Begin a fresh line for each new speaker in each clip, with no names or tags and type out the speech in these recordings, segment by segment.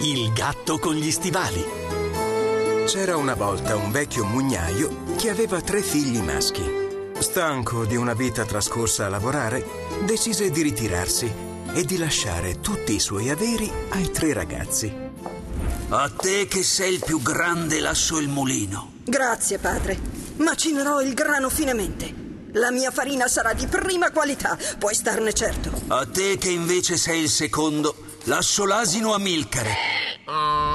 Il gatto con gli stivali.
C'era una volta un vecchio mugnaio che aveva tre figli maschi. Stanco di una vita trascorsa a lavorare, decise di ritirarsi e di lasciare tutti i suoi averi ai tre ragazzi.
A te che sei il più grande lascio il mulino.
Grazie, padre. Macinerò il grano finemente. La mia farina sarà di prima qualità, puoi starne certo.
A te che invece sei il secondo, lascio l'asino a Milcare.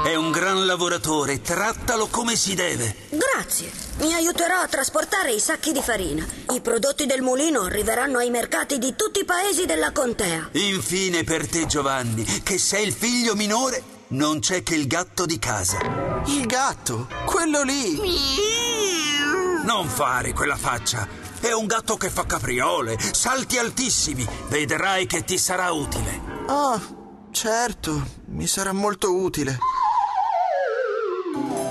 È un gran lavoratore, trattalo come si deve.
Grazie, mi aiuterò a trasportare i sacchi di farina. I prodotti del mulino arriveranno ai mercati di tutti i paesi della contea.
Infine per te Giovanni, che sei il figlio minore, non c'è che il gatto di casa.
Il gatto? Quello lì?
Non fare quella faccia. È un gatto che fa capriole, salti altissimi. Vedrai che ti sarà utile.
Ah, certo, mi sarà molto utile.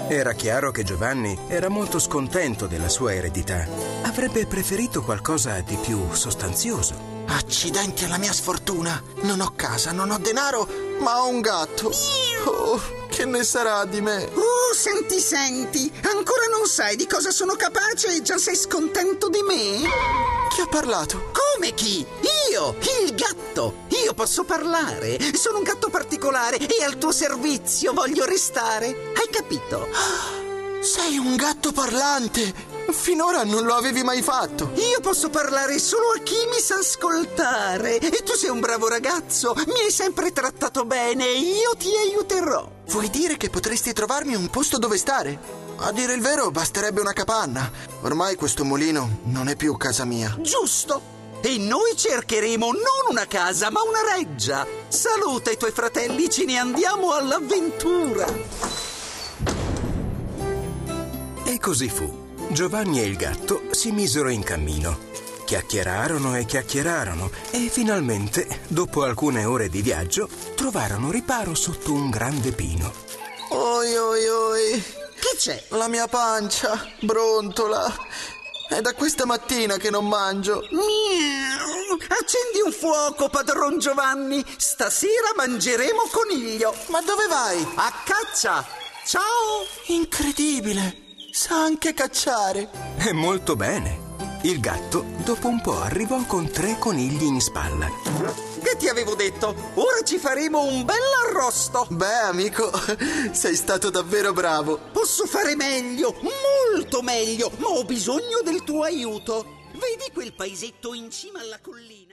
Era chiaro che Giovanni era molto scontento della sua eredità. Avrebbe preferito qualcosa di più sostanzioso.
Accidenti alla mia sfortuna! Non ho casa, non ho denaro, ma ho un gatto. Oh, che ne sarà di me?
Oh, senti, senti! Ancora non sai di cosa sono capace e già sei scontento di me?
Chi ha parlato?
Come chi? Io! Il gatto! Io posso parlare! Sono un gatto particolare e al tuo servizio voglio restare! Hai capito?
Sei un gatto parlante! Finora non lo avevi mai fatto!
Io posso parlare solo a chi mi sa ascoltare! E tu sei un bravo ragazzo! Mi hai sempre trattato bene e io ti aiuterò!
Vuoi dire che potresti trovarmi un posto dove stare? A dire il vero, basterebbe una capanna. Ormai questo mulino non è più casa mia.
Giusto! E noi cercheremo non una casa, ma una reggia! Saluta i tuoi fratelli, ce ne andiamo all'avventura!
E così fu. Giovanni e il gatto si misero in cammino. Chiacchierarono e chiacchierarono e finalmente, dopo alcune ore di viaggio, trovarono riparo sotto un grande pino.
Oi oi oi!
Che c'è?
La mia pancia brontola. È da questa mattina che non mangio.
Miau! Accendi un fuoco, padron Giovanni! Stasera mangeremo coniglio!
Ma dove vai?
A caccia! Ciao!
Incredibile! Sa anche cacciare.
E molto bene. Il gatto, dopo un po', arrivò con tre conigli in spalla.
Che ti avevo detto? Ora ci faremo un bel arrosto!
Oh, Beh, amico, sei stato davvero bravo.
Posso fare meglio, molto meglio, ma ho bisogno del tuo aiuto! Vedi quel paesetto in cima alla collina?